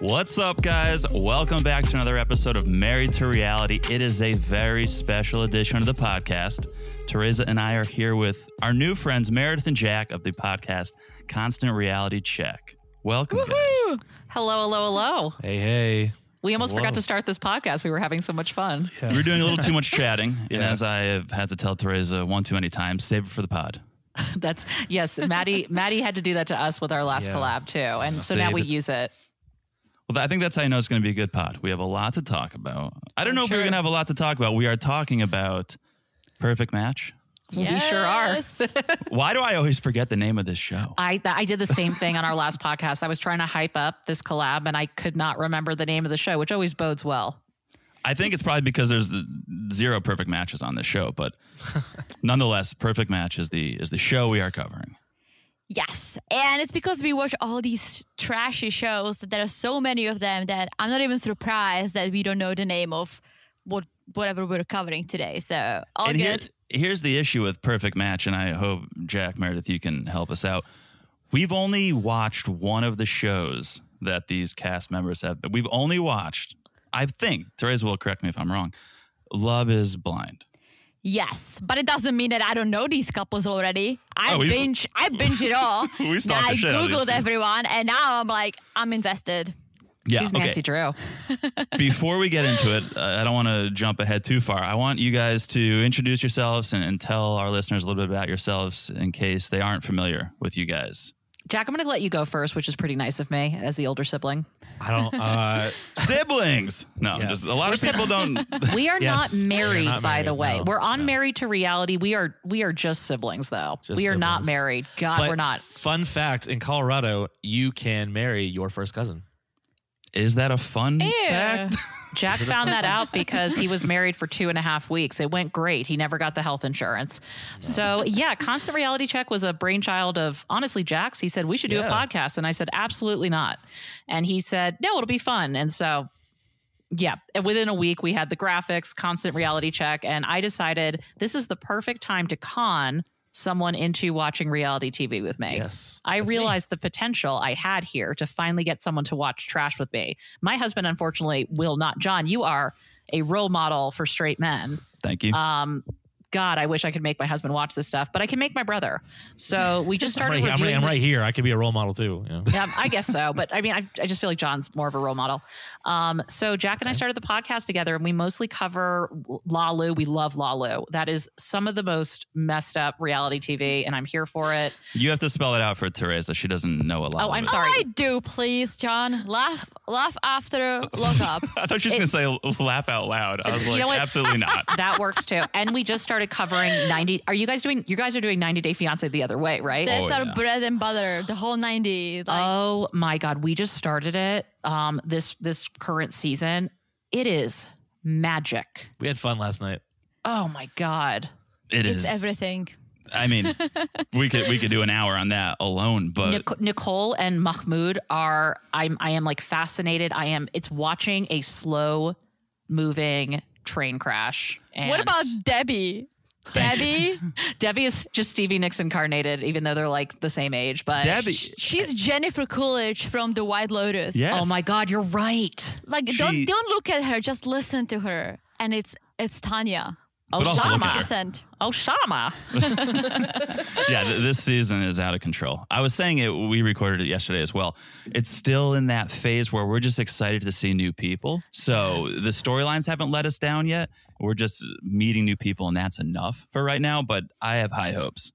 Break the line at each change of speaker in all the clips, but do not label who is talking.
What's up, guys? Welcome back to another episode of Married to Reality. It is a very special edition of the podcast. Teresa and I are here with our new friends, Meredith and Jack, of the podcast Constant Reality Check. Welcome, guys.
Hello, hello, hello.
Hey, hey.
We almost
Hello.
forgot to start this podcast. We were having so much fun.
We were doing a little too much chatting, and
Yeah.
as I have had to tell Teresa one too many times, save it for the pod.
That's yes, Maddie Maddie had to do that to us with our last
Yeah.
collab too. And so now
Save
we
it.
use it.
Well, I think that's how you know it's going to be a good pod. We have a lot to talk about. I don't know if we're
sure.
going to have a lot to talk about. We are talking about Perfect Match.
We sure are.
Why do I always forget the name of this show?
I th- I did the same thing on our last podcast. I was trying to hype up this collab and I could not remember the name of the show, which always bodes well.
I think it's probably because there's the zero perfect matches on this show, but nonetheless, Perfect Match is the is the show we are covering.
Yes. And it's because we watch all these trashy shows that there are so many of them that I'm not even surprised that we don't know the name of what whatever we're covering today. So all
and
good.
Here, here's the issue with Perfect Match, and I hope Jack Meredith, you can help us out. We've only watched one of the shows that these cast members have. We've only watched, I think, Teresa will correct me if I'm wrong. Love is blind.
yes. But it doesn't mean that I don't know these couples already. I
Oh, we-
binge I binge it all.
We
Now
stalked
I
the shit out of these
Googled
people.
everyone and now I'm like, I'm invested.
Yeah.
She's Nancy Drew.
Before we get into it, uh, I don't want to jump ahead too far. I want you guys to introduce yourselves and, and tell our listeners a little bit about yourselves in case they aren't familiar with you guys.
Jack, I'm gonna let you go first, which is pretty nice of me as the older sibling.
I don't. Uh,
Siblings. No,
Yes.
just a lot of people don't.
We are
Yes.
not married,
We are not
by the way.
married, no,
we're on
no.
married to reality. We are we are just siblings though.
Just
we are not
siblings.
married. God,
but
we're not.
Fun fact: in Colorado, you can marry your first cousin.
Is that a fun
Ew.
fact?
Jack found that out because he was married for two and a half weeks. It went great. He never got the health insurance. So, yeah, Constant Reality Check was a brainchild of honestly Jack's. He said, We should do
Yeah.
a podcast. And I said, Absolutely not. And he said, No, it'll be fun. And so, yeah, and within a week, we had the graphics, Constant Reality Check. And I decided this is the perfect time to con someone into watching reality TV with me.
Yes,
I
That's me.
realized the potential I had here to finally get someone to watch trash with me. My husband, unfortunately, will not. John, you are a role model for straight men.
Thank you.
Um, God, I wish I could make my husband watch this stuff, but I can make my brother. So we just
I'm
started
right, I'm, right,
reviewing
I'm
the-
right here. I could be a role model too. You know?
um, I guess so, but I mean, I, I just feel like John's more of a role model. Um, so Jack and I started the podcast together, and we mostly cover Lalu. We love Lalu. That is some of the most messed up reality TV, and I'm here for it.
you have to spell it out for Teresa. She doesn't know a lot.
Oh,
of
I'm
it.
sorry.
I do, please, John. Laugh laugh after look up.
I thought she was going to say laugh out loud. I was
You
like,
know what?
absolutely not.
That works too. And we just started covering 90. Are you guys doing, you guys are doing 90 Day Fiance the other way, right?
That's
Oh,
our
yeah.
bread and butter, the whole ninety. Like
oh my God. We just started it um, this, this current season. It is magic.
We had fun last night.
Oh my God.
it's everything.
I mean, we could we could do an hour on that alone, but
Nic- Nicole and Mahmoud are, I'm, I am like fascinated. I am, it's watching a slow moving train crash. And
What about Debbie?
Thank
Debbie,
Debbie is just Stevie Nicks incarnated, even though they're like the same age, but
Debbie.
she's Jennifer Coolidge from The White Lotus.
Yes.
Oh my God, you're right.
Like
She-
don't don't look at her, just listen to her. And it's it's Tanya.
Oh,
But also look at her.
Shama.
Percent.
Oh, Shama.
yeah, th- this season is out of control. I was saying it. We recorded it yesterday as well. It's still in that phase where we're just excited to see new people. So
Yes.
the storylines haven't let us down yet. We're just meeting new people, and that's enough for right now. But I have high hopes.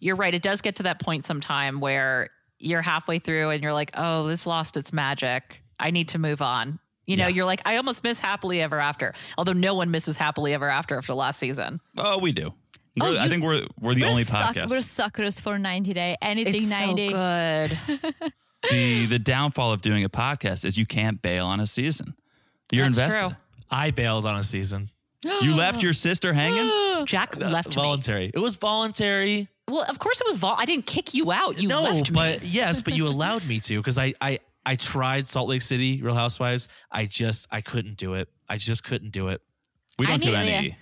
you're right. It does get to that point sometime where you're halfway through and you're like, oh, this lost its magic. I need to move on. You know,
Yeah.
you're like, I almost miss Happily Ever After. Although no one misses Happily Ever After after last season.
Oh, we do.
Oh,
We're- I
you-
think we're we're the
we're
only
suck-
podcast.
We're suckers for 90 day. Anything 90.
good.
the the downfall of doing a podcast is you can't bail on a season. You're
That's
invested.
I bailed on a season. Uh,
You left your sister hanging.
true. Jack
Uh,
left me.
voluntary. It was voluntary.
Well, of course it was vol. I didn't kick you out. You
no,
left me.
but yes, but you allowed me to because I, I I tried Salt Lake City Real Housewives. I just I couldn't do it. I just couldn't do it.
We
I
don't do
need-
any.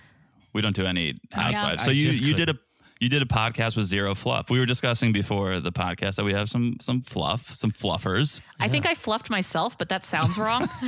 We don't do any housewives.
I
So you
just
you did a
couldn't.
you did a podcast with zero fluff. We were discussing before the podcast that we have some some fluff, some fluffers.
I think I fluffed myself, but that sounds wrong.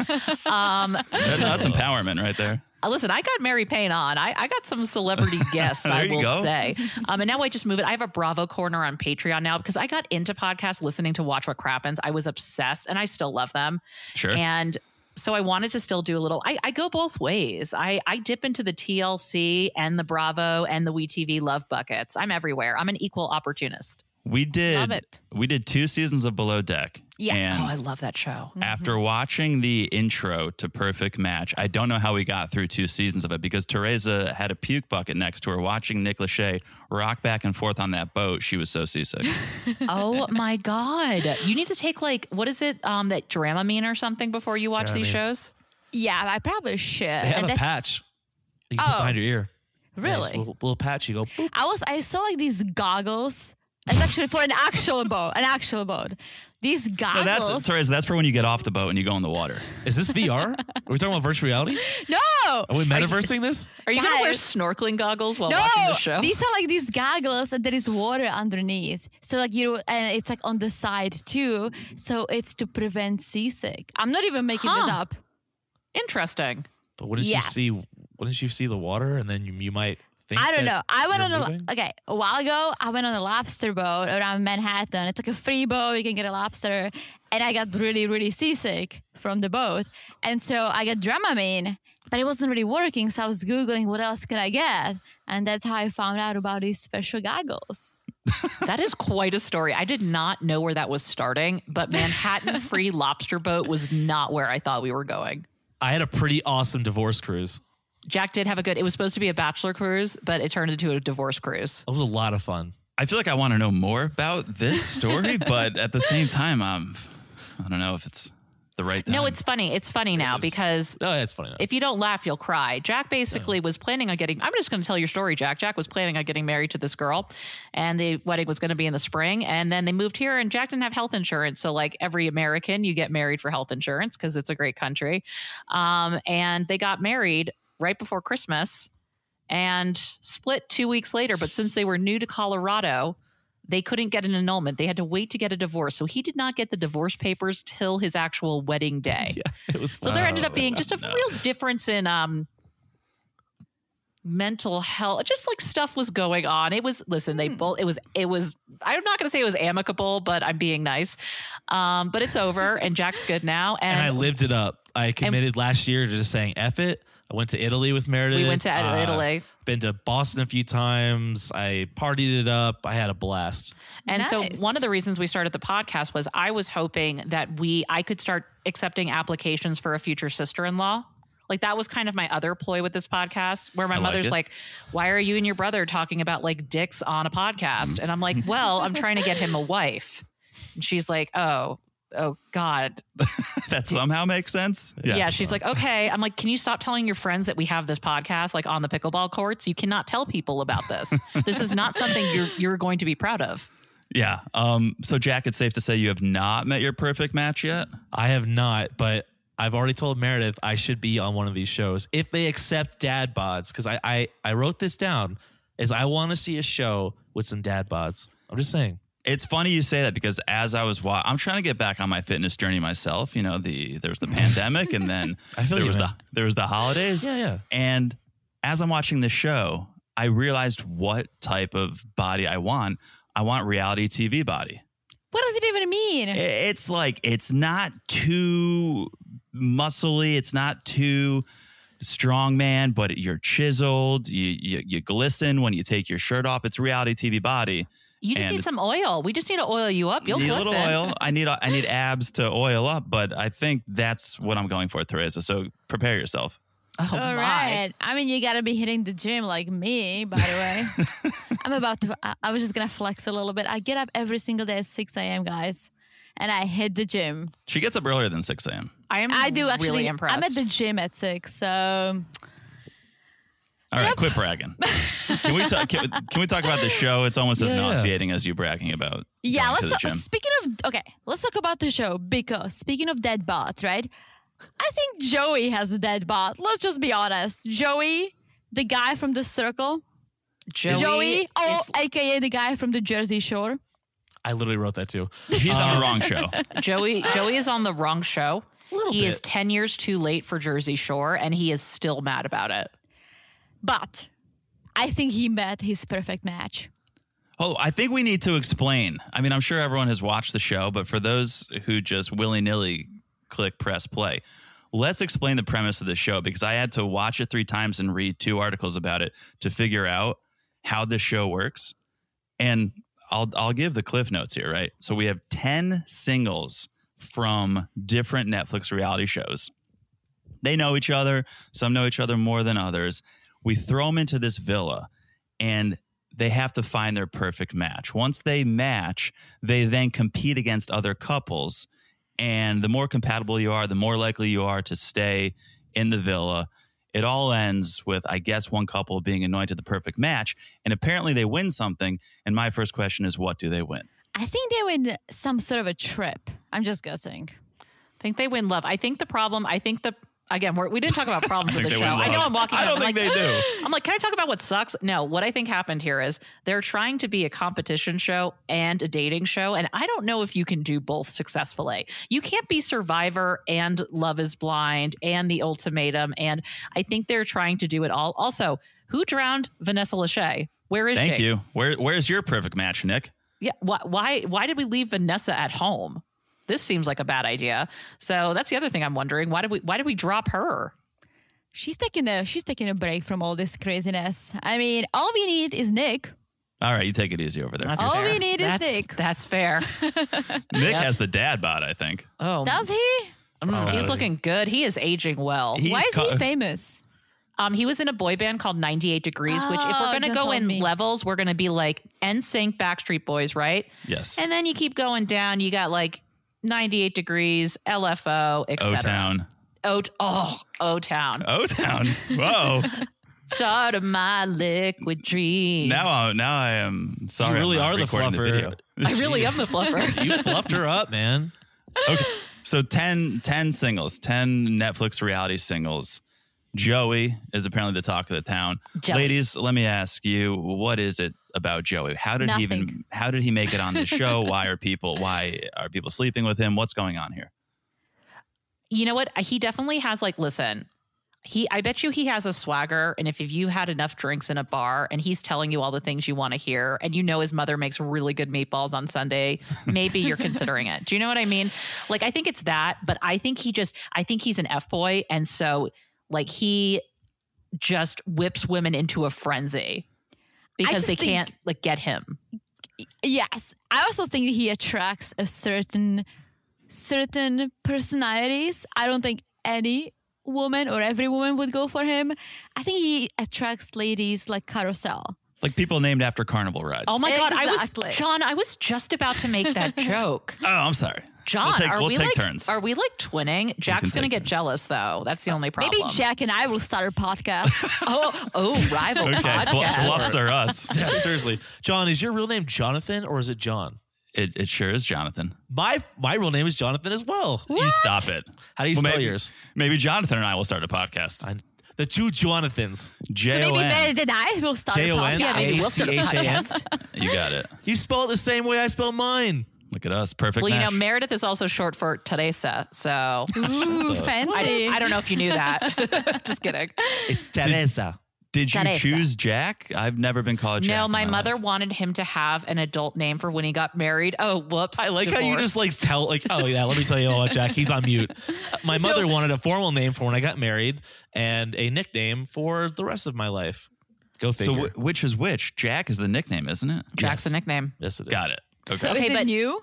um,
That- that's empowerment right there.
Uh, Listen, I got Mary Payne on. I, I got some celebrity guests,
There
I
you
will
go.
say. Um, and now I just move it. I have a Bravo corner on Patreon now because I got into podcasts listening to Watch What Crappens. I was obsessed and I still love them.
Sure.
And so I wanted to still do a little. I, I go both ways. I, I dip into the TLC and the Bravo and the WeTV love buckets. I'm everywhere. I'm an equal opportunist.
we
Love
did
it.
we did two seasons of Below Deck.
Yes.
And
Oh, I love that show.
after watching the intro to Perfect Match, I don't know how we got through two seasons of it because Teresa had a puke bucket next to her watching Nick Lachey rock back and forth on that boat. She was so seasick.
oh my God. You need to take like, what is it? Um, that Dramamine or something before you watch these
Dramamine.
shows?
Yeah, I probably should.
They have a
That's-
patch. You can put
Oh.
behind your ear.
Really?
Nice little, little patch. You go. boop.
I was I saw like these goggles. It's actually for an actual boat. An actual boat. These
No,
goggles.
that's Teresa. That's for when you get off the boat and you go in the water.
Is this VR? Are we talking about virtual reality?
No.
Are we metaversing this?
Are you going to wear
Guys.
snorkeling goggles while
No,
watching the show?
these are like these goggles, and there is water underneath. So like you, and it's like on the side too. So it's to prevent seasick. I'm not even making this
Huh.
up.
Interesting.
But wouldn't
Yes.
you see? Wouldn't you see the water, and then you, you might think?
I don't know.
that
I went on
you're
a
moving?
okay a while ago. I went on a lobster boat around Manhattan. It's like a free boat. You can get a lobster, and I got really really seasick from the boat, and so I got Dramamine, but it wasn't really working. So I was googling what else can I get, and that's how I found out about these special goggles.
That is quite a story. I did not know where that was starting, but Manhattan Free Lobster Boat was not where I thought we were going.
I had a pretty awesome divorce cruise.
Jack did have a good, it was supposed to be a bachelor cruise, but it turned into a divorce cruise.
It was a lot of fun.
I feel like I want to know more about this story, but at the same time, um, I don't know if it's the right time.
No, it's funny. It's funny now
is.
because
No, Oh, that's funny.
if you don't laugh, you'll cry. Jack basically was planning on getting, I'm just going to tell your story, Jack. Jack was planning on getting married to this girl, and the wedding was going to be in the spring. And then they moved here, and Jack didn't have health insurance. So, like every American, you get married for health insurance because it's a great country. Um, and they got married right before Christmas and split two weeks later. But since they were new to Colorado, they couldn't get an annulment. They had to wait to get a divorce. So he did not get the divorce papers till his actual wedding day.
it was.
So
fun.
there ended up being
Oh,
just a
no.
real difference in um mental health. Just like stuff was going on. It was listen,
Hmm.
they both it was it was I'm not gonna say it was amicable, but I'm being nice. Um, but it's over and Jack's good now.
and I
And,
lived it up. I committed last year to just saying "f it." I went to Italy with Meredith.
we went to
Uh,
Italy.
Been to Boston a few times. I partied it up. I had a blast.
And so
Nice.
one of the reasons we started the podcast was I was hoping that we I could start accepting applications for a future sister-in-law. Like that was kind of my other ploy with this podcast where my
I like
mother's
it.
like, "Why are you and your brother talking about like dicks on a podcast?" And I'm like, "Well, I'm trying to get him a wife." And she's like, "Oh, oh god."
that somehow makes sense.
Yeah, she's like, "Okay." I'm like, "Can you stop telling your friends that we have this podcast like on the pickleball courts? You cannot tell people about this. this is not something you're you're going to be proud of."
Yeah. Um, so, Jack, it's safe to say you have not met your perfect match yet.
I have not, but I've already told Meredith I should be on one of these shows if they accept dad bods. Because I, I I wrote this down is I want to see a show with some dad bods. I'm just saying.
It's funny you say that because as I was, wa- I'm trying to get back on my fitness journey myself. You know, the there was the pandemic, and then
I feel
there
you,
was
man.
the there was the holidays.
Yeah, yeah.
And as I'm watching the show, I realized what type of body I want. I want reality TV body.
What does it even mean?
I- It's like it's not too muscly, it's not too strong man, but you're chiseled, you, you you glisten when you take your shirt off. It's reality TV body.
You just
And
need some oil. We just need to oil you up. You'll
need a
listen.
little oil. I need I need abs to oil up, but I think that's what I'm going for, Teresa. So prepare yourself.
Oh,
All
my.
right. I mean, you gotta be hitting the gym like me. By the way, I'm about to. I, I was just gonna flex a little bit. I get up every single day at 6 a.m. guys, and I hit the gym.
She gets up earlier than 6 a.m.
I am
I do actually.
Mm, really impressed.
I'm at the gym at six, so
All right, quit bragging. Can we talk? Can, we- can we talk about the show? It's almost as
Yeah.
nauseating as you bragging about.
Yeah,
going to
let's
the
talk,
gym.
speaking of okay, let's talk about the show because speaking of dead bots, right? I think Joey has a dead bot. Let's just be honest. Joey, the guy from the circle,
Joey,
Joey, oh,
is,
aka the guy from the Jersey Shore.
I literally wrote that too.
He's on
Um,
the wrong show.
Joey, Joey is on the wrong show. He is 10 years too late for Jersey Shore and he is still mad about it.
But I think he met his perfect match.
Oh, I think we need to explain. I mean, I'm sure everyone has watched the show, but for those who just willy nilly click press play, let's explain the premise of the show because I had to watch it three times and read two articles about it to figure out how this show works. And I'll I'll give the cliff notes here, right? So we have 10 singles from different Netflix reality shows. They know each other, some know each other more than others. We throw them into this villa and they have to find their perfect match. Once they match, they then compete against other couples. And the more compatible you are, the more likely you are to stay in the villa. It all ends with, I guess, one couple being anointed the perfect match. And apparently they win something. And my first question is, what do they win?
I think they were in some sort of a trip. I'm just guessing.
I think they win love. I think the problem, I think the, again, we're, we didn't talk about problems with the show. I know I'm walking
I
up,
don't
I'm
think
like, "Ah."
they do.
I'm like, can I talk about what sucks? No, what I think happened here is they're trying to be a competition show and a dating show. And I don't know if you can do both successfully. You can't be Survivor and Love is Blind and The Ultimatum. And I think they're trying to do it all. Also, who drowned Vanessa Lachey? Where is
Thank
she?
you. Where, where's your perfect match, Nick?
Yeah. Why, why, why did we leave Vanessa at home? This seems like a bad idea. So that's the other thing I'm wondering. Why did we, why did we drop her?
She's taking a she's taking a break from all this craziness. I mean, all we need is Nick.
All right, you take it easy over there.
All
fair.
we need is
That's-
Nick.
That's fair.
Nick has the dad bod, I think.
Oh,
Does he?
Mm,
Oh.
he's looking good. He is aging well.
He's
Why is
co-
he famous?
Um, he was in a boy band called 98 Degrees, which if
Oh,
we're gonna
don't
go
tell
in
me.
levels, we're gonna be like NSYNC, Backstreet Boys, right?
Yes.
And then you keep going down. You got like 98 Degrees, LFO,
O
etc.
Town.
O oh O Town.
O Town. Whoa.
Start of my liquid dreams.
Now, I, now I am sorry.
you really
I'm not
are the
recording
fluffer.
video.
I really am the fluffer.
you fluffed her up, man.
Okay. So 10, 10 singles, 10 Netflix reality singles. Joey is apparently the talk of the town.
Joey.
Ladies, let me ask you, what is it about Joey? How did he even
Nothing.
how did he make it on the show? why are people why are people sleeping with him? What's going on here?
you know what? He definitely has like, listen, he I bet you he has a swagger. And if you've had enough drinks in a bar and he's telling you all the things you want to hear, and you know his mother makes really good meatballs on Sunday, maybe you're considering it. Do you know what I mean? Like I think it's that, but I think he just I think he's an F boy. And so like he just whips women into a frenzy because
just
they
think-
can't like get him.
Yes, I also think he attracts a certain certain personalities. I don't think any woman or every woman would go for him. I think he attracts ladies like carousel.
Like people named after carnival rides.
Oh my god, I
Exactly.
was John, I was just about to make that joke.
Oh, I'm sorry.
John,
we'll take,
are
we'll
we
take
like
turns.
are we like twinning? Jack's gonna
take
get
turns.
jealous though. That's the only problem.
Maybe Jack and I will start a podcast.
Oh, oh, rival
okay, fl-
podcast.
fluffs are us.
Yeah, seriously. John, is your real name Jonathan or is it John?
It, it sure is Jonathan.
My my real name is Jonathan as well.
You stop it.
How do you
Well,
spell
maybe-
yours?
Maybe Jonathan and I will start a podcast.
I, the two Jonathans.
J
Maybe
O
better
N.
than I will start a
J-O-N?
podcast.
yeah, maybe we'll start a
A-T-H-A-N?
podcast.
You got it.
You spell it the same way I spell mine.
Look at us. Perfect
Well, you know,
match.
Meredith is also short for Teresa, so
Ooh, fancy.
I, I don't know if you knew that. Just kidding.
It's Teresa.
Did you
Teresa.
choose Jack? I've never been called Jack.
no,
in
my, mother
life.
wanted him to have an adult name for when he got married. Oh, whoops.
I like how you
Divorce.
just like tell like oh yeah let me tell you what Jack he's on mute. My mother wanted a formal name for when I got married and a nickname for the rest of my life. Go
So
figure.
wh- which is which? Jack is the nickname, isn't it?
Jack's the
Yes.
nickname.
yes, it is.
Got it. Okay.
So
Okay,
is
but-
it new?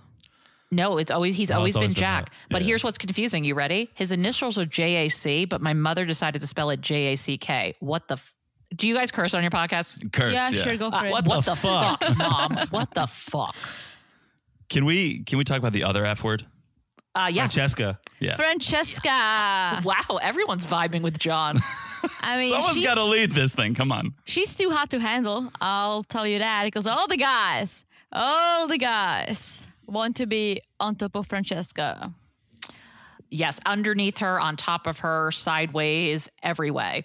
No, it's always he's
No, it's
always, been
always been
Jack.
that.
But
Yeah.
here's what's confusing. You ready? His initials are J A C, but my mother decided to spell it J A C K. What the? F- Do you guys curse on your podcast?
Curse.
yeah, sure, go for
Uh,
it.
what the fuck?
mom? What the fuck?
Can we can we talk about the other F word?
Uh, yeah.
Francesca.
Yeah.
Francesca.
Wow, everyone's vibing with John.
I mean,
Someone's
she's,
got to lead this thing. Come on.
she's too hot to handle. I'll tell you that because all the guys, all the guys want to be on top of Francesca.
yes, underneath her, on top of her, sideways, every way.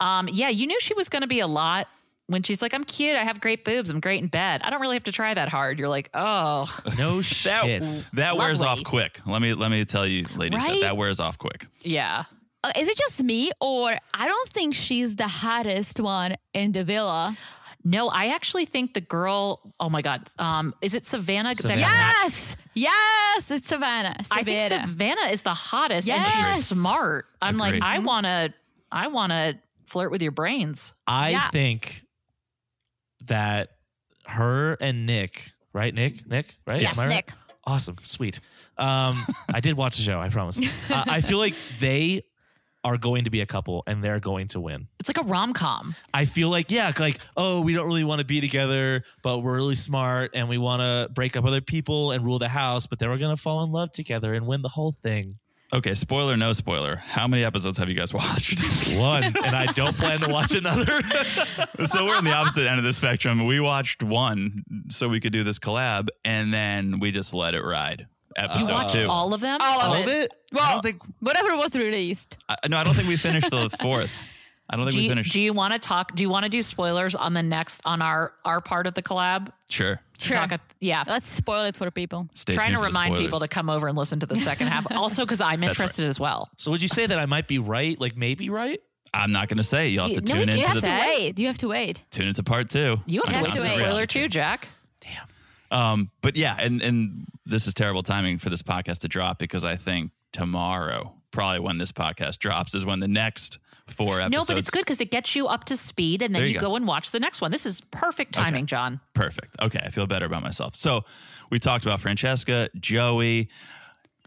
Um, yeah, you knew she was going to be a lot when she's like, "I'm cute. I have great boobs. I'm great in bed. I don't really have to try that hard." You're like, "Oh,
No
That
shit.
Mm.
that wears
Lovely.
off quick. Let me let me tell you, ladies, that,
Right?
that wears off quick.
yeah."
Uh, is it just me, or I don't think she's the hottest one in the villa?
No, I actually think the girl. Oh my god, um, is it Savannah? that got
Savannah.
matched?
Yes, yes, it's Savannah.
I think
Savannah.
Savannah is the hottest, and she's
Yes. Mm-hmm.
smart. I'm like,
Agreed.
I wanna, I wanna flirt with your brains.
I
Yeah.
think that her and Nick, right? Nick, Nick, right?
yes,
Am I right?
Nick.
Awesome, sweet. Um, I did watch the show. I promise. Uh, I feel like they are going to be a couple, and they're going to win.
It's like a rom com.
I feel like yeah, like oh, we don't really want to be together, but we're really smart, and we want to break up other people and rule the house. But then we're gonna fall in love together and win the whole thing.
Okay, spoiler, no spoiler. How many episodes have you guys watched?
One, and I don't plan to watch another.
so we're on the opposite end of the spectrum. We watched one so we could do this collab, and then we just let it ride.
You
Episode
watch
two.
all of them.
All of it.
I
Well,
don't think.
whatever was released.
I, no, I don't think we finished the fourth. I don't think
Do
we
you,
finished.
do you want to talk? Do you want to do spoilers on the next on our our part of the collab?
sure.
Sure.
Talk a- yeah.
Let's spoil it for people.
Stay
Trying
tuned
to
for the
remind
spoilers.
people to come over and listen to the second half. Also, because I'm
right.
interested as well.
so would you say that I might be right? Like maybe right?
I'm not going to say. it. You'll have to
No,
tune into
you
You
the
have to
Today?
wait. You have to wait.
tune into part two.
You have
Yeah,
to wait for
do
the
it.
spoiler too, Jack.
Um, but yeah, and and this is terrible timing for this podcast to drop because I think tomorrow, probably when this podcast drops, is when the next four episodes.
No, but it's good because it gets you up to speed, and then
There
you,
you go.
go. and watch the next one. This is perfect timing, John.
Perfect. Okay, I feel better about myself. So we talked about Francesca, Joey,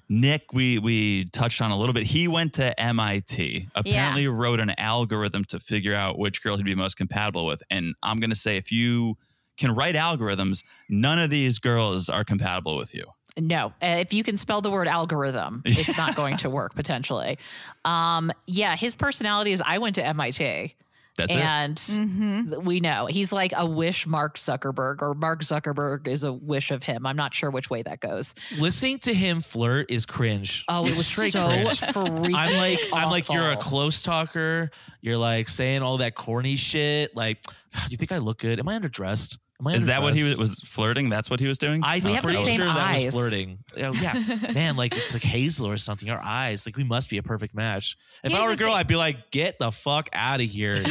Nick. We we touched on a little bit. He went to MIT. Apparently, wrote an algorithm to figure out which girl he'd be most compatible with. And I'm gonna say, if you can write algorithms, none of these girls are compatible with you.
No, uh, if you can spell the word algorithm, it's not going to work potentially. Um, yeah, his personality is I went to MIT,
That's it.
and
Mm-hmm.
th- we know he's like a wish Mark Zuckerberg, or Mark Zuckerberg is a wish of him. I'm not sure which way that goes.
Listening to him flirt is cringe.
Oh, it was so
Straight cringe.
freaking.
I'm like I'm like you're a
awful.
close talker. You're like saying all that corny shit. Like, you think I look good? Am I underdressed? Am I
Is that what he was,
underdressed?"
was flirting? That's what he was doing.
I
We
am
have the
pretty
same
sure that
eyes.
was flirting. Oh, yeah, man, like it's like Hazel or something. Our eyes, like we must be a perfect match. If
Here's
I were a
the
girl,
thing.
I'd be like, get the fuck out of here.
Here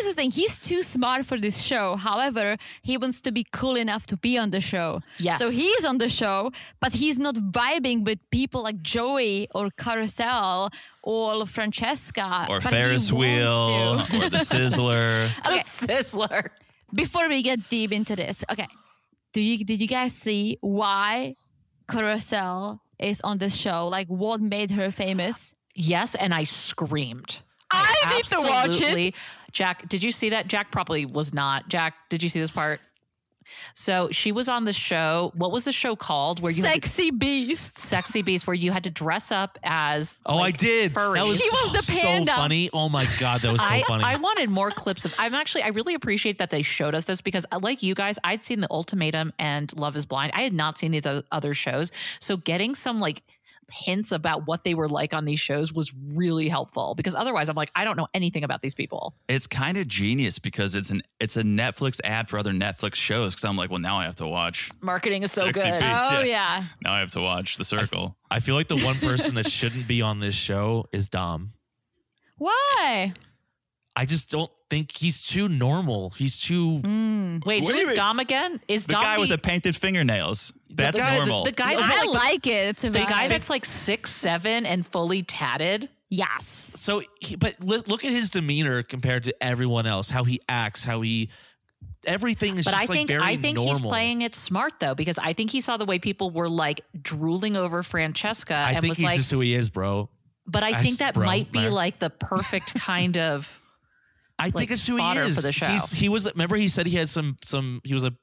is the thing. He's too smart for this show. However, he wants to be cool enough to be on the show.
Yes.
So he's on the show, but he's not vibing with people like Joey or Carousel or Francesca
or
but he
Ferris Wheel
wants to.
or the Sizzler.
The
Okay.
sizzler.
Before we get deep into this, okay. Do you did you guys see why Carousel is on this show? Like what made her famous?
Yes, and I screamed.
I need to watch it.
absolutely- Jack, did you see that? Jack probably was not. Jack, did you see this part? So she was on the show. What was the show called? Where you had to-
Sexy beasts.
sexy beast, where you had to dress up as
Oh, I
like,
did.
furries.
That was,
He was the
so
panda.
funny. Oh my god, that was so
I,
funny.
I wanted more clips of. I'm actually, I really appreciate that they showed us this because, uh, like you guys, I'd seen The Ultimatum and Love is Blind. I had not seen these o- other shows. So getting some like hints about what they were like on these shows was really helpful because otherwise I'm like, I don't know anything about these people.
It's kind of genius because it's an it's a Netflix ad for other Netflix shows. Because I'm like, well, now I have to watch.
Marketing is so
Sexy
good.
beast.
Oh
Yeah.
yeah.
Now I have to watch The Circle.
I feel like the one person that shouldn't be on this show is Dom.
Why?
I just don't think he's too normal. He's too
Mm.
Wait,
What
who
do you
is
mean?
Dom again? Is
The
Dom
guy
the,
with the painted fingernails. That's
guy that-
normal.
the guy
I
that's like,
like it. It's a
the guy
vibe.
that's like six seven and fully tatted?
Yes.
so he, but li- look at his demeanor compared to everyone else how he acts how he everything is
But
just
I
like
think
very
I think
normal
he's playing it smart though, because I think he saw the way people were like drooling over Francesca
i
uh, and
think
was
he's
like,
just who he is bro
but I
I
think
just-
that
bro,
might be
man.
like the perfect kind of
i
like,
think it's who he
fodder
is
for the show.
He's, he was remember he said he had some some he was a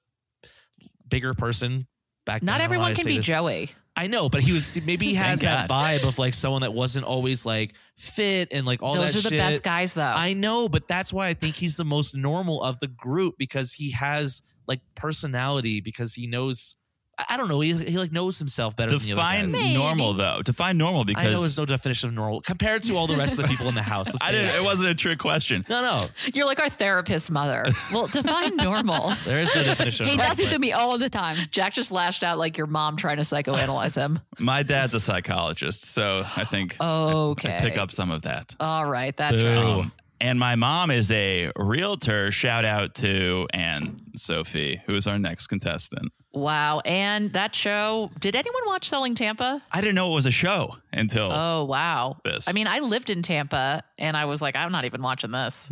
bigger person back
not
then. I don't know how
everyone
to
can
say
be
this.
Joey.
i know but he was maybe he has
Thank
that vibe of like someone that wasn't always like fit and like all
Those
that
are the
shit.
best guys though.
I know, but that's why I think he's the most normal of the group because he has like personality because he knows. I I don't know. He, he like knows himself better
Define
than the other guys.
Maybe.
normal though. Define normal because
I know there's no definition of normal compared to all the rest of the people in the house. Let's
I
say
didn't.
that.
It wasn't a trick question.
No, no,
You're like our therapist mother. well, define normal.
there is no definition.
He
of
does
normal,
it to me all the time.
Jack just lashed out like your mom trying to psychoanalyze him.
My dad's a psychologist, so I think
Okay.
I pick up some of that.
All right, that
Boo.
tracks.
Um, and my mom is a realtor. Shout out to Anne Sophie, who is our next contestant.
Wow. And that show, did anyone watch Selling Tampa?
I didn't know it was a show until
Oh, wow.
This.
I mean, I lived in Tampa and I was like, I'm not even watching this.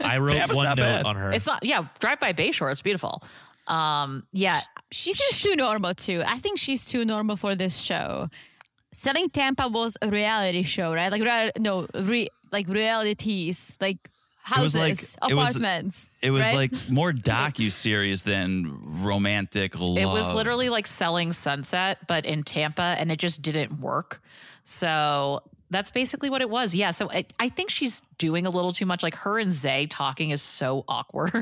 I wrote
Tampa's
one
not
note
bad.
on her.
It's not, yeah, drive by Bayshore. It's beautiful. Um, yeah.
She seems too normal too. I think she's too normal for this show. Selling Tampa was a reality show, right? Like rea- no, re- like realities, like
It was
houses,
like- it was-
apartments.
it was
right?
like more docu series than romantic love.
It was literally like selling sunset, but in Tampa, and it just didn't work. So that's basically what it was. Yeah. So I, I think she's doing a little too much. Like her and Zay talking is so awkward.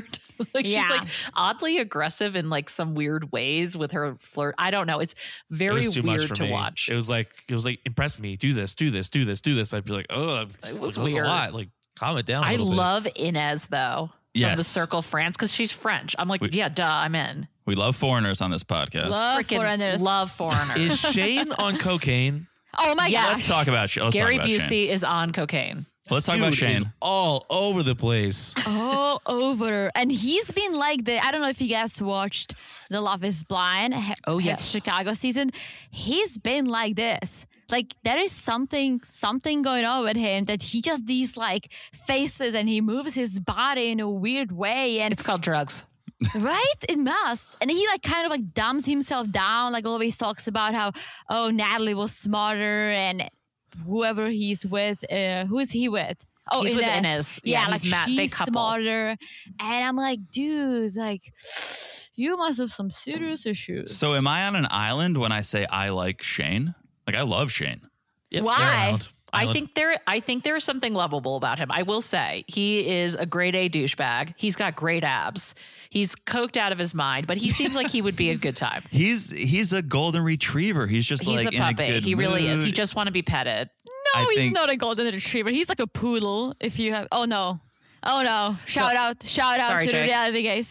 like
Yeah.
she's like oddly aggressive in like some weird ways with her flirt. I don't know. It's
It
very
was too much
weird
for
to
me.
watch.
It was like it was like impress me. Do this. Do this. Do this. Do this. I'd be like, oh, it
was
was
weird.
a lot. Like, calm it down. I
I love Inez though. From the
Yes.
Circle France because she's French. I'm like,
We-
yeah, duh, I'm in.
We love foreigners on this podcast.
Love
Freaking
foreigners.
Love foreigners.
Is Shane on cocaine?
oh my
Yes.
Let's
gosh!
talk about let's
Gary
talk about
Busey
Shane.
is on cocaine.
Let's talk about
Dude is
Shane.
all over the place.
all over. And he's been like the I don't know if you guys watched The Love Is Blind. he-
Oh,
his
yes.
Chicago season. He's been like this. Like there is something something going on with him that he just these like faces and he moves his body in a weird way and
It's called drugs.
right it must and he like kind of like dumbs himself down like always talks about how oh Natalie was smarter and whoever he's with uh, who is he with
Oh, he's with
Inez.
Inez.
Yeah, like
he's mad.
she's
They couple.
smarter. And I'm like, dude, like you must have some serious issues.
So am I on an island when I say I like Shane? Like I love Shane.
Yep,
Why?
they're around.
I
Island.
think there I think there's something lovable about him. I will say he is a grade A douchebag. He's got great abs. He's coked out of his mind, but he seems like he would be a good time.
He's he's a golden retriever. He's just
He's
like
a
in
puppy.
good
he really is. He
mood.
just want to be petted.
no,
I
he's
think-
not a golden retriever. He's like a poodle. If you have, oh no. Oh no! Shout out! Shout out
Sorry,
to
Jake.
the reality guys.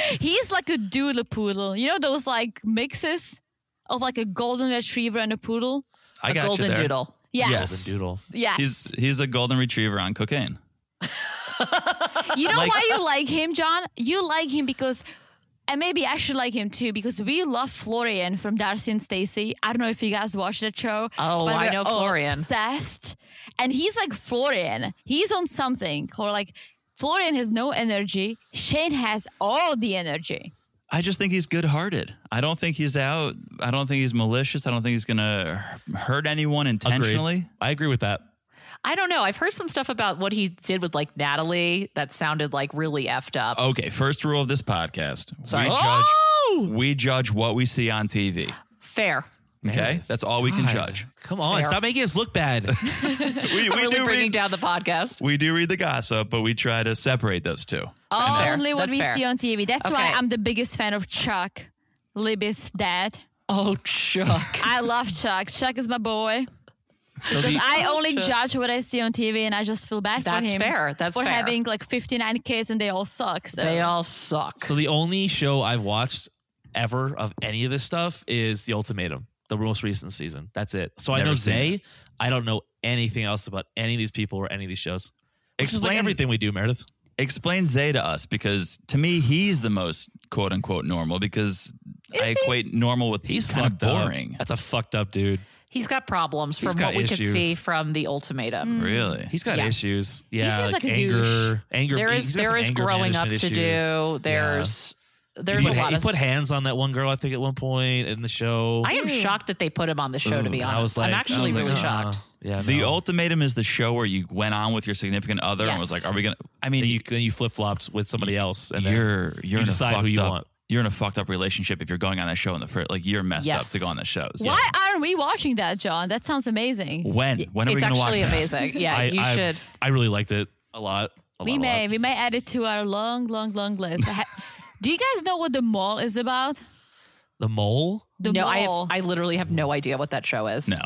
He's like a doodle poodle. You know those like mixes of like a golden retriever and a poodle.
I
A
got you
golden
there.
doodle.
Yes,
Yes.
Golden Doodle.
yes.
He's he's a golden retriever on cocaine.
You know
Like-
why you like him, John? You like him because, and maybe I should like him too, because we love Florian from Darcy and Stacy. I don't know if you guys watched that show.
Oh,
but
I
we're
know Florian.
Obsessed. And he's like Florian. He's on something, or like Florian has no energy. Shane has all the energy.
I just think he's good hearted. I don't think he's out. I don't think he's malicious. I don't think he's going to hurt anyone intentionally.
Agreed. I agree with that.
I don't know. I've heard some stuff about what he did with like Natalie that sounded like really effed up.
Oh.
Okay, first rule of this podcast.
Sorry.
We judge, we judge what we see on TV.
Fair.
Okay? That's all we can
God.
judge.
Come on,
Fair.
stop making us look bad.
We, we
really
do
bringing
read,
down the podcast.
we do read the gossip, but we try to separate those two.
That's fair.
Only what
That's
we
fair.
see on TV. That's why
Okay.
I'm the biggest fan of Chuck, Libby's dad.
Oh, Chuck.
I love Chuck. Chuck is my boy.
So
Because
the,
I
Oh,
only
Chuck.
judge what I see on TV, and I just feel bad
That's
for him.
fair. That's
for
fair.
having like 59 kids, and they all suck. So.
They all suck.
so the only show I've watched ever of any of this stuff is The Ultimatum, the most recent season. That's it. So I
Never
know
seen
Zay. I don't know anything else about any of these people or any of these shows. Which is like
Explain-
everything we do, Meredith.
explain Zay to us because to me, he's the most quote unquote normal because I equate normal with
He's
kind of
fucked up.
boring.
That's a fucked up dude.
He's got problems
He's
from
got
what we could
issues.
see from the
Mm.
ultimatum.
Really?
He's got
Yeah.
issues. Yeah,
seems like a
anger,
douche.
anger.
There
he's
is
got
there
some
is
anger
growing up
management
to
issues.
do. There's there's
he put,
a lot
he
of
put hands on that one girl. I think at one point in the show.
I am shocked that they put him on the show to be
Ooh,
honest.
I was like,
I'm
I
actually
was like,
really
uh-uh.
shocked.
Yeah,
The
no.
ultimatum is the show where you went on with your significant other and was
Yes.
like, "Are we gonna?" I mean,
Then you then you flip flopped with somebody else, and then
you're you're in a
decide who
fucked
you
up,
want.
You're in a fucked up relationship if you're going on that show in the first. Like you're messed up
Yes.
to go on that show. So-
Why aren't we watching that, John? That sounds amazing.
When? When are
it's
we gonna watch?
actually
that?
amazing. Yeah,
I,
you
I-
should.
I really liked it a lot. A lot,
We
a
may
lot.
we may add it to our long, long, long list. I ha- Do you guys know what the mall is about?
The mole.
The
no,
mall.
I I literally have no idea what that show is.
No,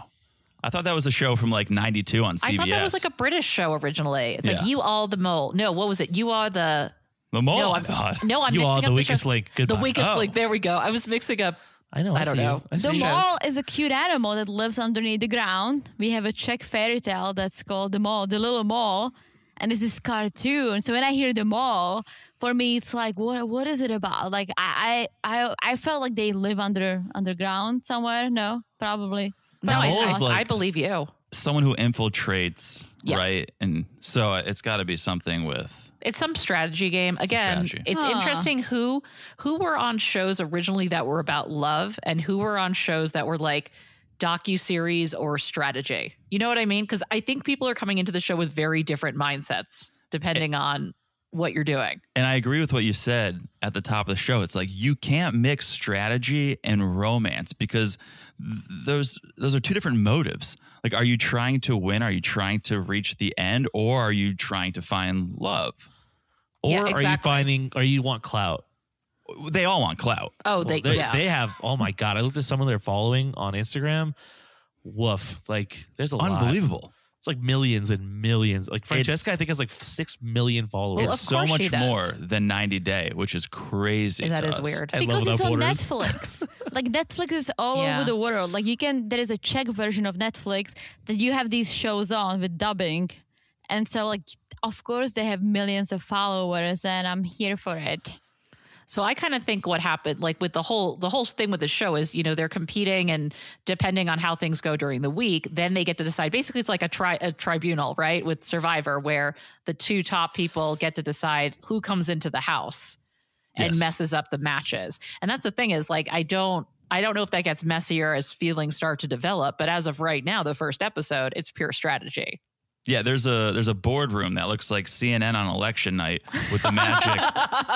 I thought that was a show from like '92 on CBS.
I thought that was like a British show originally. It's
Yeah.
like you all the mole. No, what was it? You are the
the mole.
no.
I
I'm
thought.
no. I'm
you
mixing
are
up
the weakest
show.
link. Goodbye.
The weakest
Oh.
link. There we go. I was mixing up.
I know. I,
I don't
see you.
know.
I see
the
you.
shows.
mole is a cute animal that lives underneath the ground. We have a Czech fairy tale that's called the mole, the little mole, and it's this cartoon. So when I hear the mole, for me it's like what what is it about? Like I I I, I felt like they live under underground somewhere. No, probably.
No,
Probably
mole
I,
is
I,
like-
I believe you.
Someone who infiltrates,
Yes.
right? And so it's got to be something with.
It's some strategy game. Again,
strategy.
it's
Huh.
interesting who who were on shows originally that were about love and who were on shows that were like docu series or strategy. You know what I mean? Because I think people are coming into the show with very different mindsets depending on what you're doing.
And I agree with what you said at the top of the show. It's like you can't mix strategy and romance because th- those those are two different motives. Like, are you trying to win? Are you trying to reach the end, or are you trying to find love?
Or
Yeah,
are you
exactly.
finding? Or you want clout?
They all want clout.
Oh,
Well,
they,
they,
yeah.
they have. Oh my god! I looked at some of their following on Instagram. Woof! Like there's a lot.
Unbelievable.
It's like millions and millions. Like
It's-
Francesca, I think has like six million followers.
Well,
it's
of
so
course
much
she does.
more than 90 Day, which is crazy.
that
to
is
us.
weird.
I
because
love
it's
without
on
borders.
Netflix. like Netflix is all
Yeah.
over the world. Like you can there is a Czech version of Netflix that you have these shows on with dubbing. And so like of course they have millions of followers and I'm here for it.
So I kind of think what happened, like with the whole the whole thing with the show is, you know, they're competing and depending on how things go during the week, then they get to decide. Basically, it's like a tri a tribunal, right, with Survivor, where the two top people get to decide who comes into the house and
Yes.
messes up the matches. And that's the thing is, like, I don't. I don't know if that gets messier as feelings start to develop, but as of right now, the first episode, it's pure strategy.
Yeah, there's a there's a boardroom that looks like CNN on election night with the magic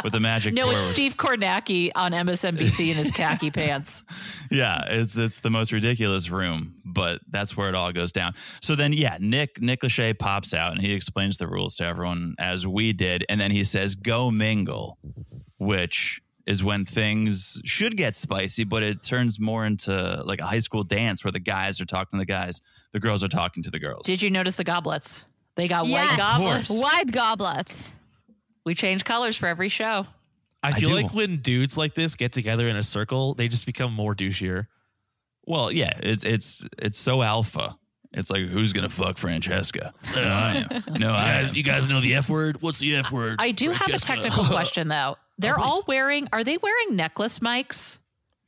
with the magic.
no, it's
board.
Steve Kornacki on MSNBC in his khaki pants.
Yeah, it's it's the most ridiculous room, but that's where it all goes down. So then, yeah, Nick Nick Lachey pops out and he explains the rules to everyone as we did, and then he says, "Go mingle," which is when things should get spicy, but it turns more into like a high school dance where the guys are talking to the guys, the girls are talking to the girls.
Did you notice the goblets? They got white
Yes.
goblets.
course.
White goblets.
We change colors for every show.
I feel
do.
like when dudes like this get together in a circle, they just become more douchier.
Well, yeah, it's it's it's so alpha. It's like who's gonna fuck Francesca? No, I am. No, I am.
guys know the F word? What's the F word?
I do have a technical question though. They're
please.
all wearing. Are they wearing necklace mics?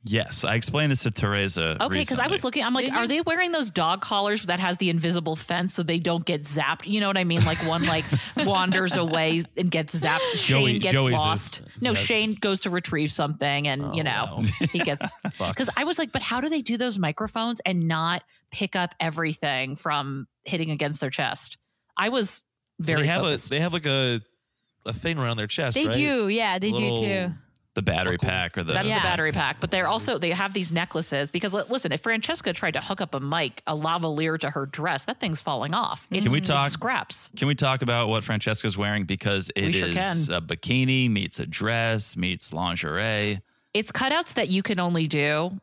Yes, I explained this to Teresa.
Okay, because I
recently.
was looking. I'm like,
Did
Mm-hmm.
are
you?
they wearing those dog collars that has the invisible fence so they don't get zapped? You know what I mean? Like one like wanders away and gets zapped. Shane
Joey-
gets
Joey's is- Oh,
lost. no,
yes.
Shane goes to retrieve something, and you know he gets. Because I was like, but how do they do those microphones and not pick up everything from hitting against their chest? I was very.
they have
focused.
a they have like a a thing around their chest.
They
right?
do, yeah, they
Little-
do too.
the battery pack or the
That's
Yeah.
the battery pack. But they're also they have these necklaces because li- listen, if Francesca tried to hook up a mic, a lavalier to her dress, that thing's falling off. It's,
Can we
it's
talk-
scraps?
Can we talk about what Francesca's wearing because it
We
is
sure can.
a bikini meets a dress meets lingerie.
It's cutouts that you can only do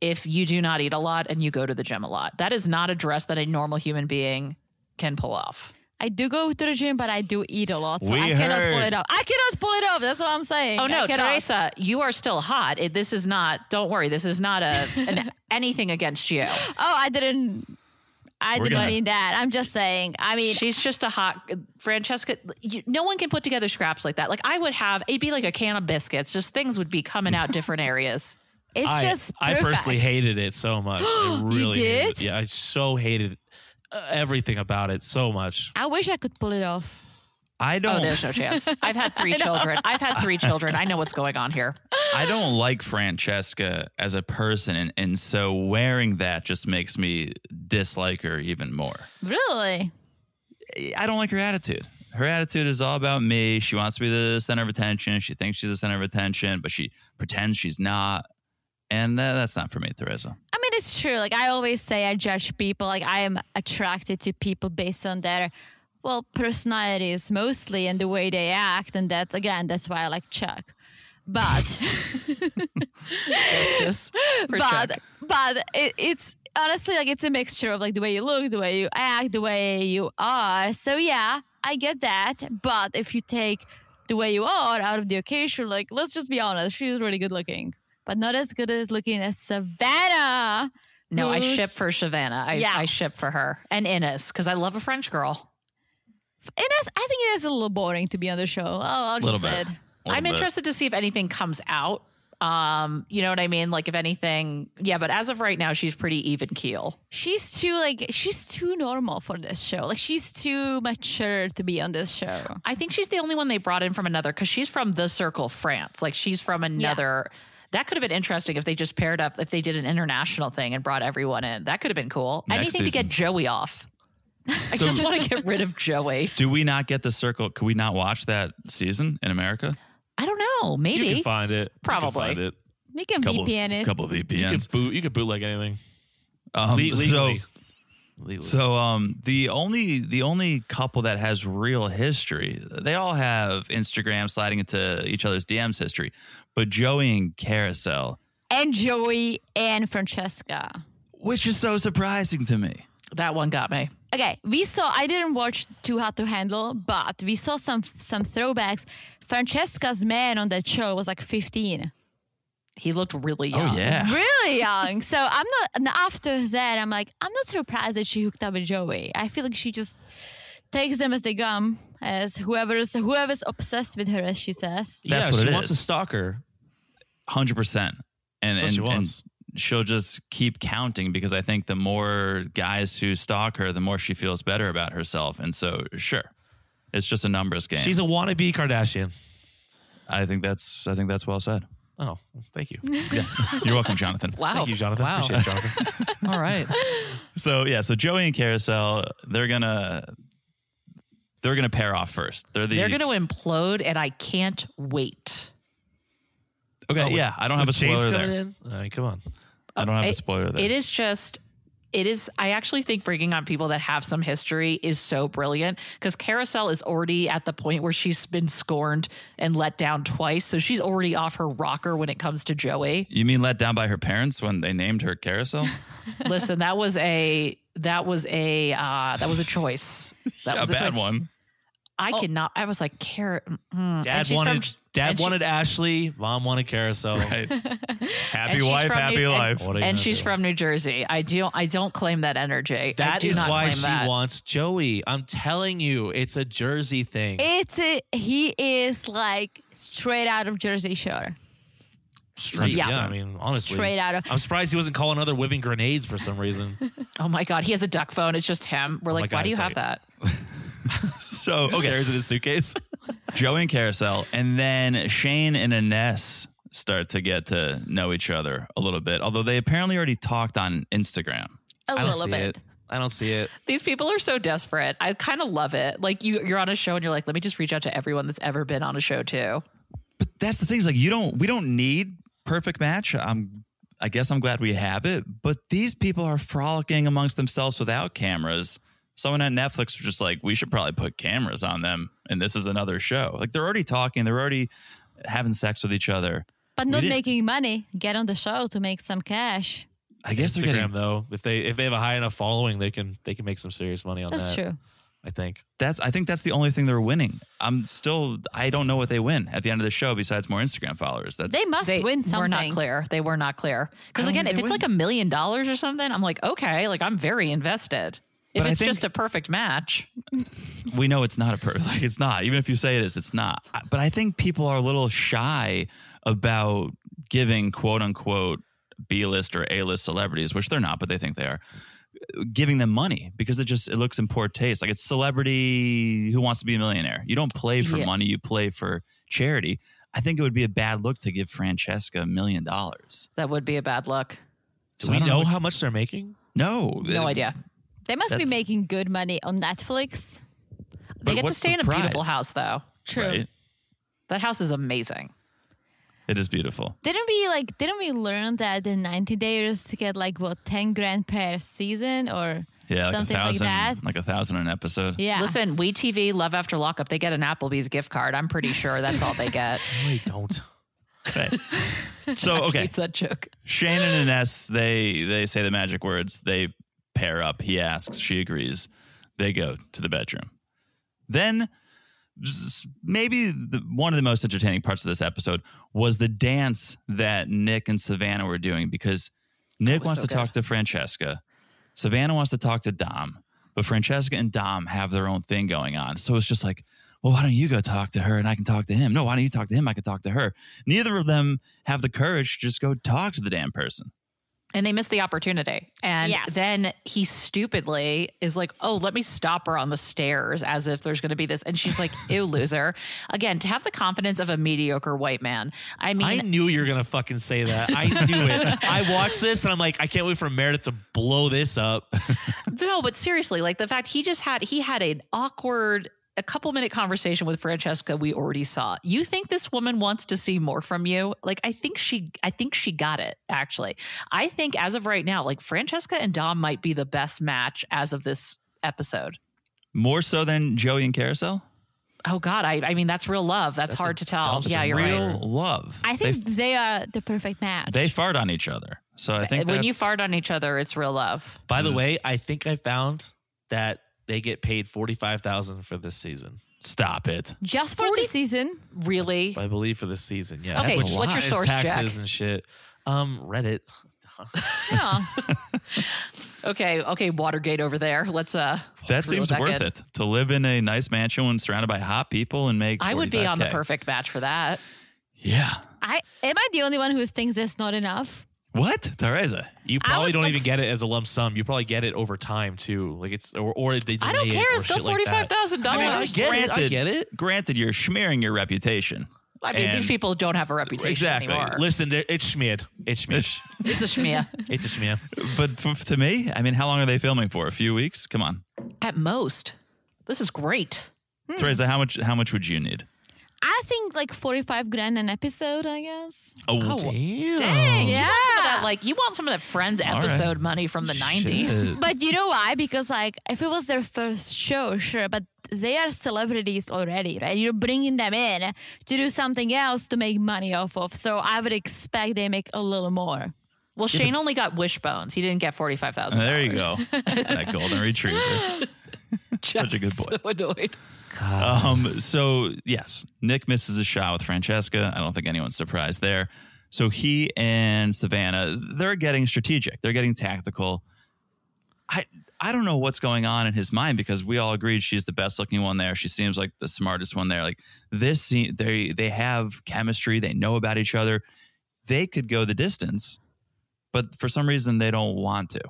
if you do not eat a lot and you go to the gym a lot. That is not a dress that a normal human being can pull off.
I do go to the gym, but I do eat a lot, so
We
I cannot pull
heard.
it off. I cannot pull it off. That's what I'm saying.
Oh no,
I cannot.
Teresa, you are still hot. It, this is not. Don't worry, this is not a an, anything against you.
Oh, I didn't. I
We're
did not
gonna-
mean that. I'm just saying. I mean,
She's just a hot Francesca. You, no one can put together scraps like that. Like I would have, it'd be like a can of biscuits. Just things would be coming out different areas.
It's
I,
just
I
perfect.
personally hated it so much. I
You
really hated it.
did?
Yeah, I so hated uh, everything about it so much.
I wish I could pull it off.
I
Oh,
don't.
there's no chance. I've had three children. I've had three children. I know what's going on here.
I don't like Francesca as a person, and, and so wearing that just makes me dislike her even more.
Really?
I don't like her attitude. Her attitude is all about me. She wants to be the center of attention. She thinks she's the center of attention, but she pretends she's not. And that, that's not for me, Teresa.
I mean, it's true. Like I always say, I judge people. Like I am attracted to people based on their, well, personalities mostly and the way they act. And that's again, that's why I like Chuck. But,
Justice for
but,
Chuck.
but it, it's honestly like it's a mixture of like the way you look, the way you act, the way you are. So yeah, I get that. But if you take the way you are out of the occasion, like let's just be honest, she's really good looking, but not as good as looking as Savannah.
No, I
who's-
ship for Savannah. I, I
Yes.
ship for her and Innes because I love a French girl.
Ines, I think it is a little boring to be on the show. I'll, I'll
Little
just say
bit.
it.
Little
I'm
bit.
interested to see if anything comes out. Um, you know what I mean? Like if anything, yeah. But as of right now, she's pretty even keel.
She's too like she's too normal for this show. Like she's too mature to be on this show.
I think she's the only one they brought in from another because she's from the Circle France. Like she's from another. That could have been interesting if they just paired up. If they did an international thing and brought everyone in, that could have been cool.
Next
anything to
season.
get Joey off. I
So-
just want to get rid of Joey.
Do we not get the circle? Could we not watch that season in America?
I don't know. Maybe
You can find it. You can
Probably.
find it.
We can
Couple,
VPN it.
couple
You can
VPNs.
boot. You can bootleg anything.
Um,
Le-
so,
legally. Legally.
so um, the only the only couple that has real history, they all have Instagram sliding into each other's DMs history, but Joey and Carousel,
And Joey and Francesca.
which is so surprising to me.
that one got me.
Okay, we saw. I didn't watch Too Hot to Handle, but we saw some some throwbacks. Francesca's man on that show was like 15,
He looked really young.
Oh yeah.
really young. So I'm not. And after that, I'm like, I'm not surprised that she hooked up with Joey. I feel like she just takes them as they come, as whoever's whoever's obsessed with her, as she says.
yeah,
That's what
she
it
wants
is.
a stalker.
hundred percent. And
That's what
and,
she
and
wants.
she'll just keep counting because I think the more guys who stalk her, the more she feels better about herself. And so, sure, it's just a numbers game.
She's a wannabe Kardashian.
I think that's I think that's well said.
Oh, thank you.
You're welcome, Jonathan.
Wow.
Thank you, Jonathan.
Wow.
Appreciate it, Jonathan.
All right.
So yeah, so Joey and Carousel, they're gonna they're gonna pair off first. They're the
They're going to implode, and I can't wait.
okay.
Oh, with-
yeah, I don't have a
With Chase
spoiler
coming
there.
in? All right, come on.
I don't have a
It-
spoiler there.
It is just, it is, I actually think bringing on people that have some history is so brilliant because Carousel is already at the point where she's been scorned and let down twice. So she's already off her rocker when it comes to Joey.
you mean let down by her parents when they named her Carousel?
Listen, that was a, that was a, uh, that was a choice. That
a
was
bad
choice.
one.
I cannot, I was like, mm, Carrot.
Oh. Dad wanted Dad
and she-
wanted Ashley. Mom wanted Carousel.
Right. happy
she's
wife,
from
happy
New- and-
life.
What are you gonna
and she's
do?
from New Jersey. I do, I don't claim that energy. I
That
do
is
not
why
claim
she
that.
wants Joey. I'm telling you, it's a Jersey thing.
It's a, he is like straight out of Jersey Shore.
Straight-
Yeah.
yeah. I mean, honestly,
Straight out of
I'm surprised he wasn't calling other women grenades for some reason.
Oh my God. He has a duck phone. It's just him. We're
Oh my
like,
God,
why do you
it's
have
like-
that?
So
Okay,
okay,
carries in his suitcase.
Joey and Carousel, and then Shane and Ines start to get to know each other a little bit. Although they apparently already talked on Instagram.
a
I don't
little
see
bit.
it. I don't see it.
These people are so desperate. I kind of love it. Like you, you're on a show and you're like, let me just reach out to everyone that's ever been on a show too.
But that's the thing is like you don't we don't need perfect match. I'm I guess I'm glad we have it. But these people are frolicking amongst themselves without cameras. Someone at Netflix was just like, we should probably put cameras on them, and this is another show. Like they're already talking, they're already having sex with each other.
But
We
not
didn't-
making money. Get on the show to make some cash.
I guess
Instagram
they're getting
though, if they if they have a high enough following, they can they can make some serious money on
That's
that.
true.
I think.
that's I think that's the only thing they're winning. I'm still I don't know what they win at the end of the show besides more Instagram followers. That's
They must
They
win
were
something.
not clear. They were not clear.
I
Because
don't
again, if
think
it's
they
like a million dollars or something, I'm like, okay, like I'm very invested. If
But I
it's
think-
just a perfect match,
we know it's not a per like it's not. Even if you say it is, it's not. I- But I think people are a little shy about giving quote unquote B list or A list celebrities, which they're not, but they think they are, giving them money because it just it looks in poor taste. Like it's celebrity who wants to be a millionaire. You don't play for
Yeah.
money, you play for charity. I think it would be a bad look to give Francesca a million dollars.
That would be a bad look.
Do
So I
we
don't
know
know-
how much they're making?
No,
No idea.
They must be
That's-
making good money on Netflix.
They get to
what's
stay
the
in a beautiful
prize?
house, though.
True.
Right?
That house is amazing.
It is beautiful.
Didn't we like? Didn't we learn that the 90 days to get like what 10 grand per season or
Yeah, like
something
a thousand,
like that?
a thousand an episode.
Yeah.
Listen, we TV Love After Lockup, they get an Applebee's gift card. I'm pretty sure that's all they get.
No, they don't.
Right. So okay,
It's that joke.
Shannon and S, they they say the magic words. They pair up. He asks, she agrees. They go to the bedroom. Then s- maybe the, one of the most entertaining parts of this episode was the dance that Nick and Savannah were doing because Nick
was
wants
so
to talk to Francesca. Savannah wants to talk to Dom, but Francesca and Dom have their own thing going on. So it's just like, well, why don't you go talk to her and I can talk to him? No, why don't you talk to him? I can talk to her. Neither of them have the courage to just go talk to the damn person.
And they missed the opportunity. And
Yes.
then he stupidly is like, oh, let me stop her on the stairs as if there's going to be this. And she's like, ew, loser. Again, to have the confidence of a mediocre white man. I mean,
I knew you were gonna fucking say that. I knew it. I watched this and I'm like, I can't wait for Meredith to blow this up.
No, but seriously, like the fact he just had he had an awkward a couple minute conversation with Francesca we already saw. You think this woman wants to see more from you? Like I think she I think she got it actually. I think as of right now, like Francesca and Dom might be the best match as of this episode.
More so than Joey and Carousel?
Oh god, I I mean that's real love. That's, hard to tell.
dumb
Yeah, you're
Real
right.
love.
I
They-
think they, are the perfect match.
They fart on each other. So I think
When you
that's-
fart on each other, it's real love.
By the
Mhm.
way, I think I found that they get paid forty five thousand for this season.
stop it.
just for
40
the season.
Really?
I believe for this season. Yeah.
Okay,
Which
what's your
is
source,
Taxes
Jack?
and shit. Um, Reddit.
Yeah.
Okay, okay, Watergate over there. Let's uh
That
reel
seems
back
worth
in.
it to live in a nice mansion when surrounded by hot people and make.
I would be on the
45K.
perfect match for that.
Yeah.
I am I the only one who thinks that's not enough?
What, Teresa?
You
I
probably
would
don't
look
even
f-
get it as a lump sum. You probably get it over time too. Like it's or or they delay
I don't
it
care.
or
It's still
shit like
forty
that.
five thousand dollars.
I get it. I
granted,
get it.
Granted, you're smearing your reputation.
I mean,
And-
these people don't have a reputation
Exactly.
anymore.
Listen, there- it's schmeared. It's schmeared.
It's a schmear.
it's a schmear.
But f- to me, I mean, how long are they filming for? A few weeks? Come on,
At most. This is great.
Teresa. How much? How much would you need?
I think like forty five grand an episode, I guess.
Oh,
Damn.
Dang. You want some of that,
Yeah.
like, you want some of that Friends
Ah! All right.
episode money from the 90s.
Shit.
But you know why? Because like if it was their first show, sure, but they are celebrities already, right? You're bringing them in to do something else to make money off of. So I would expect they make a little more.
Well, Shane only got wishbones. He didn't get $45,000.
there you go. that golden retriever. Such a good boy.
So annoyed.
Um, so yes, Nick misses a shot with Francesca. I don't think anyone's surprised there. So he and Savannah, they're getting strategic. They're getting tactical. I I don't know what's going on in his mind because we all agreed she's the best looking one there. She seems like the smartest one there. Like this, se- they they have chemistry. They know about each other. They could go the distance, but for some reason they don't want to.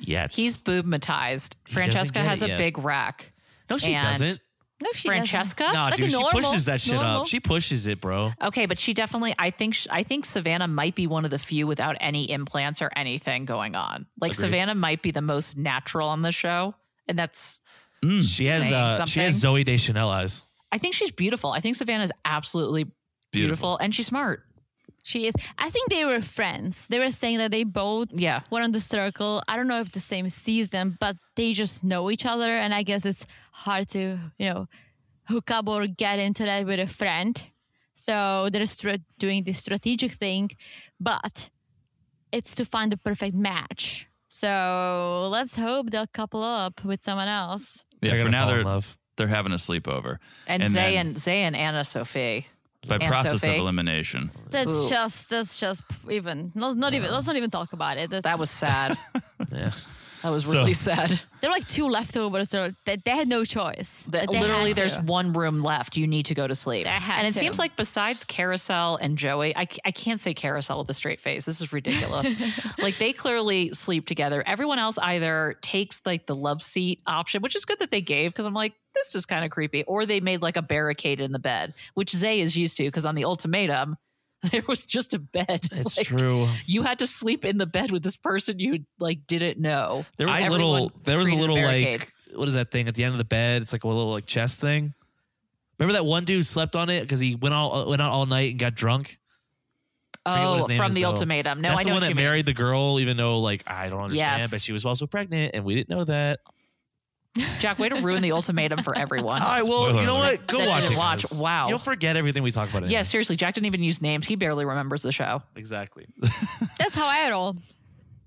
Yeah. it's-
He's boobmatized.
He doesn't
Francesca
get it
has a
yet.
big rack.
no, she
and-
doesn't.
No, she doesn't.
Francesca?
Nah,
Like a
dude, she
normal-
pushes that shit
normal.
up. She pushes it, bro.
Okay, but she definitely. I think. sh- I think Savannah might be one of the few without any implants or anything going on. Like
Agreed.
Savannah might be the most natural on the show, and that's.
Mm.
She has
Saying
uh, she has
something.
Zoe Deschanel eyes.
I think she's beautiful. I think Savannah's absolutely beautiful,
Beautiful.
and she's smart.
She is. I think they were friends. They were saying that they both
Yeah.
were on the circle. I don't know if the same season, but they just know each other, and I guess it's hard to you know hook up or get into that with a friend. So they're stra- doing this strategic thing, but it's to find the perfect match. So let's hope they'll couple up with someone else.
They're
Yeah, for
gonna
now
fall in
they're
love.
they're having a sleepover
And,
And
Zay
then-
and Zay and Anna Sophie.
by
And
process
Sophie.
of elimination.
That's
Ooh.
just that's just even let's not even let's not even talk about it.
That was sad.
Yeah.
That was
So-
really sad.
There were like two leftovers. They, they, they had no choice.
That
They
literally,
had
there's
to.
one room left. You need to go to sleep.
They had
and it
to.
seems like besides Carousel and Joey, I, c- I can't say Carousel with a straight face. This is ridiculous. like they clearly sleep together. Everyone else either takes like the love seat option, which is good that they gave because I'm like, this is kind of creepy. Or they made like a barricade in the bed, which Zay is used to because on the ultimatum, there was just a bed.
It's
Like,
true.
You had to sleep in the bed with this person you like didn't know.
There was
I-
a
everyone
little. There was a
created
little
barricade.
like what is that thing at the end of the bed? It's like a little like chest thing. Remember that one dude slept on it because he went all uh, went out all night and got drunk. forget what
Oh,
his name
from
is,
the
though.
ultimatum. No,
That's
I
the
know
one
what
that
you mean.
married the girl, even though like I don't understand,
Yes.
but she was also pregnant and we didn't know that.
Jack, way to ruin the ultimatum for everyone.
All right, well,
Spoiler
you know
alert.
what? Go
That
watch
didn't
it.
watch.
guys.
Wow.
You'll forget everything we talk about. Anyway.
Yeah, seriously, Jack didn't even use names. He barely remembers the show.
exactly.
That's how I roll.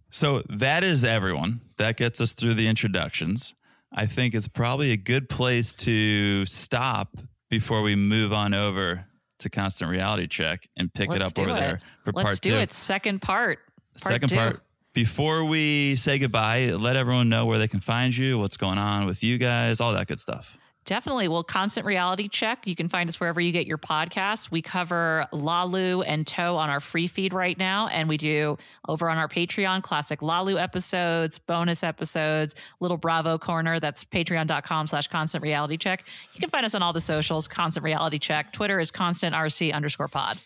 So that is everyone. That gets us through the introductions. I think it's probably a good place to stop before we move on over to Constant Reality Check and pick it
Let's
up
do
over
it.
there for
Let's
part
do
two.
it. Second part. part
Second
two.
part. Before we say goodbye, let everyone know where they can find you, what's going on with you guys, all that good stuff.
Definitely. Well, Constant Reality Check. You can find us wherever you get your podcasts. We cover Lalu and Toe on our free feed right now. And we do over on our Patreon classic Lalu episodes, bonus episodes, Little Bravo Corner. That's patreon.com slash constant reality check. You can find us on all the socials, Constant Reality Check. Twitter is constant RC underscore pod.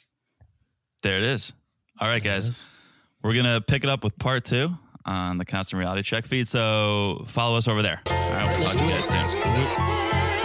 There it is. All right, guys. We're going to pick it up with part two on the Constant Reality Check feed. So follow us over there. All right, we'll talk to you guys soon.
Thank you.